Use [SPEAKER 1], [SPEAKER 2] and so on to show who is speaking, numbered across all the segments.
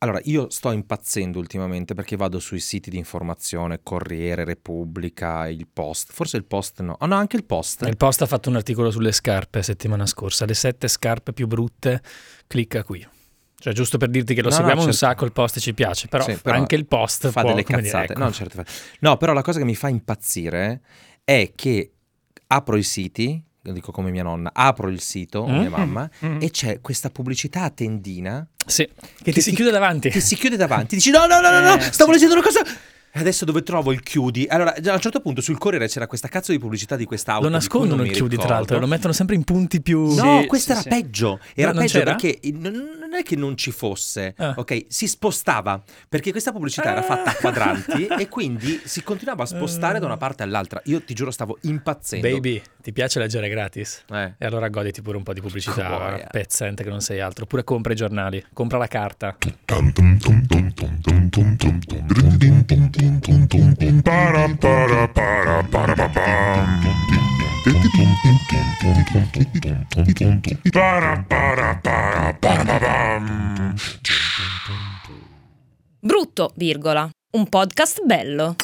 [SPEAKER 1] Allora, io sto impazzendo ultimamente perché vado sui siti di informazione, Corriere, Repubblica, il Post, forse il Post no, ah no, anche il Post.
[SPEAKER 2] Il Post ha fatto un articolo sulle scarpe settimana scorsa, le sette scarpe più brutte, clicca qui. Cioè, giusto per dirti che lo
[SPEAKER 1] No, no,
[SPEAKER 2] seguiamo un
[SPEAKER 1] certo.
[SPEAKER 2] sacco, il post ci piace, però,
[SPEAKER 1] Sì, però
[SPEAKER 2] anche il post
[SPEAKER 1] fa
[SPEAKER 2] può,
[SPEAKER 1] delle
[SPEAKER 2] come dire,
[SPEAKER 1] cazzate.
[SPEAKER 2] ecco.
[SPEAKER 1] no, certo, fa- no, però la cosa che mi fa impazzire è che apro i siti, lo dico come mia nonna, apro il sito, o mia
[SPEAKER 2] Mm.
[SPEAKER 1] mamma,
[SPEAKER 2] Mm.
[SPEAKER 1] e c'è questa pubblicità a tendina
[SPEAKER 2] Sì, che ti si chiude davanti.
[SPEAKER 1] che si chiude davanti. Dici no, no, no, no, no,
[SPEAKER 2] Eh,
[SPEAKER 1] stavo
[SPEAKER 2] sì.
[SPEAKER 1] leggendo una cosa... E adesso dove trovo il chiudi? Allora, già a un certo punto sul Corriere c'era questa cazzo di pubblicità di quest'auto.
[SPEAKER 2] Lo
[SPEAKER 1] di cui
[SPEAKER 2] nascondono
[SPEAKER 1] non
[SPEAKER 2] il
[SPEAKER 1] mi
[SPEAKER 2] chiudi, tra
[SPEAKER 1] ricordo.
[SPEAKER 2] l'altro, lo mettono sempre in punti più...
[SPEAKER 1] No,
[SPEAKER 2] Sì,
[SPEAKER 1] questo
[SPEAKER 2] sì,
[SPEAKER 1] era
[SPEAKER 2] sì.
[SPEAKER 1] peggio. Era
[SPEAKER 2] No, non
[SPEAKER 1] peggio
[SPEAKER 2] c'era?
[SPEAKER 1] perché il- non non è che non ci fosse,
[SPEAKER 2] Ah.
[SPEAKER 1] ok? Si spostava perché questa pubblicità era fatta a
[SPEAKER 2] Ah. Eh.
[SPEAKER 1] quadranti e quindi si continuava a spostare da una parte all'altra. Io ti giuro, stavo impazzendo.
[SPEAKER 2] Baby, ti piace leggere gratis?
[SPEAKER 1] Eh.
[SPEAKER 2] E allora goditi pure un po' di pubblicità
[SPEAKER 1] Boia.
[SPEAKER 2] pezzente che non sei altro. Oppure compra i giornali, compra la carta.
[SPEAKER 3] Brutto, virgola. Un podcast bello.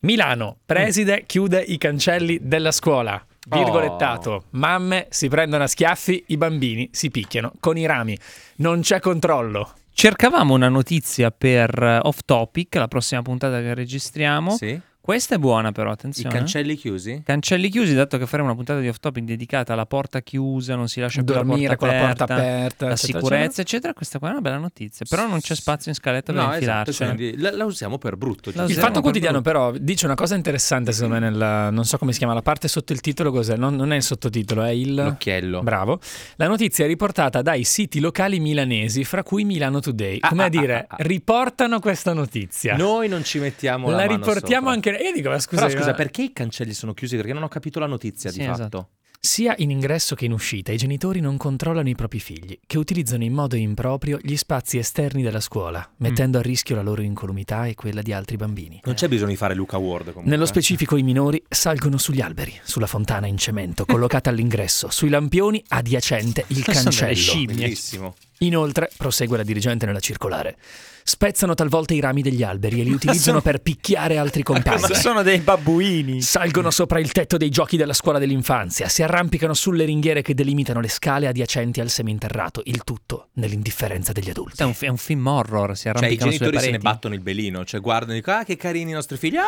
[SPEAKER 2] Milano, preside chiude i cancelli della scuola. Virgolettato, mamme si prendono a schiaffi, i bambini si picchiano con i rami. Non c'è controllo.
[SPEAKER 4] Cercavamo una notizia per eh, Off Topic, la prossima puntata che registriamo.
[SPEAKER 1] Sì?
[SPEAKER 4] Questa è buona però,
[SPEAKER 1] I
[SPEAKER 4] attenzione. eh.
[SPEAKER 1] cancelli chiusi?
[SPEAKER 4] Cancelli chiusi, dato che faremo una puntata di Off Topic dedicata alla porta chiusa, non si lascia più
[SPEAKER 2] Dormire
[SPEAKER 4] la
[SPEAKER 2] con la
[SPEAKER 4] porta
[SPEAKER 2] porta
[SPEAKER 4] aperta,
[SPEAKER 2] aperta,
[SPEAKER 4] la
[SPEAKER 2] eccetera,
[SPEAKER 4] sicurezza, eccetera. Questa qua è una bella notizia, però non c'è spazio in scaletta per
[SPEAKER 1] No, esatto,
[SPEAKER 4] infilarci.
[SPEAKER 1] quindi la, la usiamo per brutto.
[SPEAKER 4] La
[SPEAKER 2] Il
[SPEAKER 4] usiamo.
[SPEAKER 1] giusto?
[SPEAKER 2] fatto quotidiano, però, dice una cosa interessante, secondo me, nella, non so come si chiama, la parte sotto il titolo, cos'è? Non, non è il sottotitolo, è il...
[SPEAKER 1] L'occhiello.
[SPEAKER 2] Bravo. La notizia è riportata dai siti locali milanesi, fra cui Milano Today.
[SPEAKER 1] Ah,
[SPEAKER 2] Come
[SPEAKER 1] ah,
[SPEAKER 2] a dire,
[SPEAKER 1] ah, ah, ah.
[SPEAKER 2] riportano questa notizia.
[SPEAKER 1] Noi non ci mettiamo la,
[SPEAKER 2] la
[SPEAKER 1] mano
[SPEAKER 2] riportiamo
[SPEAKER 1] sopra.
[SPEAKER 2] anche noi. Io dico, ma scusa,
[SPEAKER 1] Però scusa, perché i cancelli sono chiusi? Perché non ho capito la notizia di
[SPEAKER 4] Sì,
[SPEAKER 1] fatto.
[SPEAKER 4] esatto.
[SPEAKER 2] Sia in ingresso che in uscita i genitori non controllano i propri figli, che utilizzano in modo improprio gli spazi esterni della scuola, mettendo a rischio la loro incolumità e quella di altri bambini.
[SPEAKER 1] Non c'è bisogno di fare Luca Ward comunque.
[SPEAKER 2] Nello specifico i minori salgono sugli alberi, sulla fontana in cemento collocata all'ingresso, sui lampioni adiacente il
[SPEAKER 4] Sono delle
[SPEAKER 2] cancello.
[SPEAKER 4] scimmie.
[SPEAKER 1] Bellissimo.
[SPEAKER 2] Inoltre, prosegue la dirigente nella circolare, spezzano talvolta i rami degli alberi e li utilizzano per picchiare altri compagni.
[SPEAKER 4] sono dei babbuini.
[SPEAKER 2] Salgono sopra il tetto dei giochi della scuola dell'infanzia, si arrampicano sulle ringhiere che delimitano le scale adiacenti al seminterrato, il tutto nell'indifferenza degli adulti.
[SPEAKER 4] È un, fi- è un film horror, si
[SPEAKER 1] Cioè, i
[SPEAKER 4] arrampicano sulle
[SPEAKER 1] genitori se
[SPEAKER 4] pareti.
[SPEAKER 1] ne battono il belino, cioè guardano e dicono: Ah, che carini i nostri figli! Ah!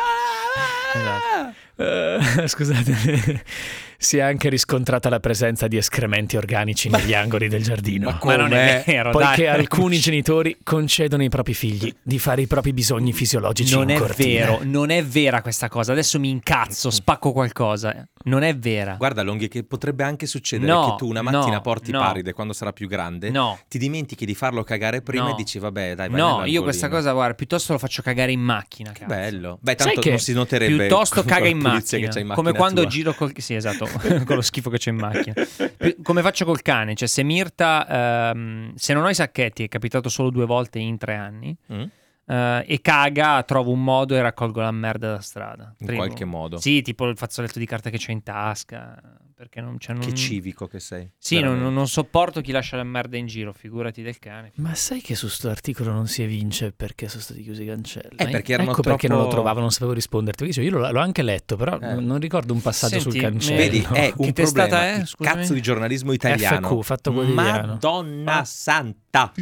[SPEAKER 4] Esatto.
[SPEAKER 2] Eh, scusate, si è anche riscontrata la presenza di escrementi organici negli angoli del giardino.
[SPEAKER 1] Ma
[SPEAKER 4] Ma non
[SPEAKER 1] Com'è?
[SPEAKER 4] è vero,
[SPEAKER 2] Poiché
[SPEAKER 4] dai.
[SPEAKER 2] alcuni genitori concedono ai propri figli di fare i propri bisogni fisiologici
[SPEAKER 4] Non
[SPEAKER 2] in
[SPEAKER 4] è
[SPEAKER 2] cortile.
[SPEAKER 4] vero, non è vera questa cosa. Adesso mi incazzo, spacco qualcosa. Non è vera.
[SPEAKER 1] Guarda, Longhi, che potrebbe anche succedere
[SPEAKER 4] No,
[SPEAKER 1] che tu una mattina
[SPEAKER 4] no,
[SPEAKER 1] porti
[SPEAKER 4] no.
[SPEAKER 1] Paride quando sarà più grande,
[SPEAKER 4] No.
[SPEAKER 1] ti dimentichi di farlo cagare prima
[SPEAKER 4] No.
[SPEAKER 1] e dici: Vabbè, dai, vai
[SPEAKER 4] No,
[SPEAKER 1] nell'angolino".
[SPEAKER 4] io questa cosa, guarda, piuttosto lo faccio cagare in macchina.
[SPEAKER 1] Che
[SPEAKER 4] cazzo.
[SPEAKER 1] bello. Beh,
[SPEAKER 2] Sai
[SPEAKER 1] tanto
[SPEAKER 2] che
[SPEAKER 1] non si noterebbe.
[SPEAKER 4] Piuttosto
[SPEAKER 1] con la
[SPEAKER 4] caga in
[SPEAKER 1] pulizia che
[SPEAKER 4] macchina,
[SPEAKER 1] c'hai in
[SPEAKER 4] come
[SPEAKER 1] macchina
[SPEAKER 4] quando
[SPEAKER 1] tua.
[SPEAKER 4] giro col sì, esatto, con lo schifo che c'è in macchina. Pi- Come faccio col cane, cioè se Mirta ehm, se non ho i sacchetti, è capitato solo due volte in tre anni.
[SPEAKER 1] Mm?
[SPEAKER 4] eh, e caga, trovo un modo e raccolgo la merda da strada.
[SPEAKER 1] In
[SPEAKER 4] Primo.
[SPEAKER 1] qualche modo.
[SPEAKER 4] Sì, tipo il fazzoletto di carta che c'è in tasca. Perché non c'è.
[SPEAKER 1] Che
[SPEAKER 4] non-
[SPEAKER 1] civico che sei.
[SPEAKER 4] Mm. Sì, non,
[SPEAKER 1] veramente.
[SPEAKER 4] non sopporto chi lascia la merda in giro, figurati del cane.
[SPEAKER 2] Ma sai che su sto articolo non si evince perché sono stati chiusi i cancelli?
[SPEAKER 1] Eh, perché erano
[SPEAKER 2] ecco perché non lo
[SPEAKER 1] troppo-
[SPEAKER 2] trovavo, non sapevo risponderti. Perché dicevo, io l'ho, l'ho anche letto, però
[SPEAKER 1] Eh.
[SPEAKER 2] non- non ricordo un passaggio
[SPEAKER 4] Senti,
[SPEAKER 2] sul cancello.
[SPEAKER 1] Vedi,
[SPEAKER 4] Eh, no.
[SPEAKER 1] è un
[SPEAKER 4] Che testata
[SPEAKER 1] problema.
[SPEAKER 4] è?
[SPEAKER 1] il
[SPEAKER 4] Scusami.
[SPEAKER 1] Cazzo di giornalismo italiano.
[SPEAKER 2] FQ, Fatto Quotidiano.
[SPEAKER 4] Ah.
[SPEAKER 1] Madonna santa.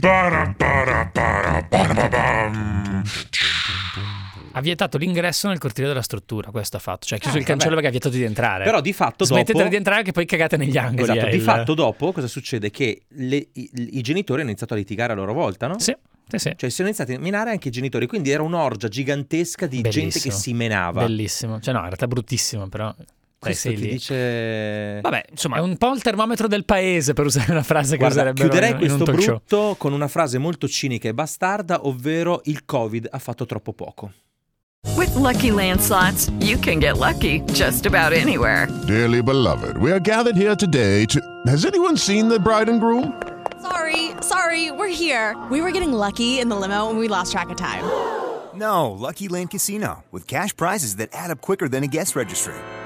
[SPEAKER 2] Ha vietato l'ingresso nel cortile della struttura, questo ha fatto. Cioè, ha chiuso
[SPEAKER 1] Ah,
[SPEAKER 2] il cancello
[SPEAKER 1] vabbè.
[SPEAKER 2] perché ha vietato di entrare.
[SPEAKER 1] Però di fatto
[SPEAKER 2] Smettetela
[SPEAKER 1] dopo
[SPEAKER 2] di entrare che poi cagate negli angoli.
[SPEAKER 1] Esatto,
[SPEAKER 2] eh,
[SPEAKER 1] di
[SPEAKER 2] il-
[SPEAKER 1] fatto dopo cosa succede? Che le- i, i genitori hanno iniziato a litigare a loro volta, no?
[SPEAKER 2] Sì, sì, sì.
[SPEAKER 1] Cioè si sono iniziati a minare anche i genitori, quindi era un'orgia gigantesca di gente
[SPEAKER 2] Bellissimo.
[SPEAKER 1] che si menava.
[SPEAKER 2] Bellissimo. Cioè, no, in realtà è bruttissimo, però...
[SPEAKER 1] Questo
[SPEAKER 2] sei
[SPEAKER 1] ti
[SPEAKER 2] lì.
[SPEAKER 1] dice...
[SPEAKER 4] Vabbè, insomma,
[SPEAKER 2] È un po' il termometro del paese, per usare una frase che
[SPEAKER 1] Guarda,
[SPEAKER 2] userebbero
[SPEAKER 1] chiuderei
[SPEAKER 2] in- in un
[SPEAKER 1] questo
[SPEAKER 2] talk show.
[SPEAKER 1] brutto con una frase molto cinica e bastarda, ovvero il Covid ha fatto troppo poco.
[SPEAKER 5] With Lucky Land slots, you can get lucky just about anywhere.
[SPEAKER 6] Dearly beloved, we are gathered here today to. Has anyone seen the bride and groom?
[SPEAKER 7] Sorry, sorry, we're here. We were getting lucky in the limo and we lost track of time.
[SPEAKER 8] No, Lucky Land Casino, with cash prizes that add up quicker than a guest registry.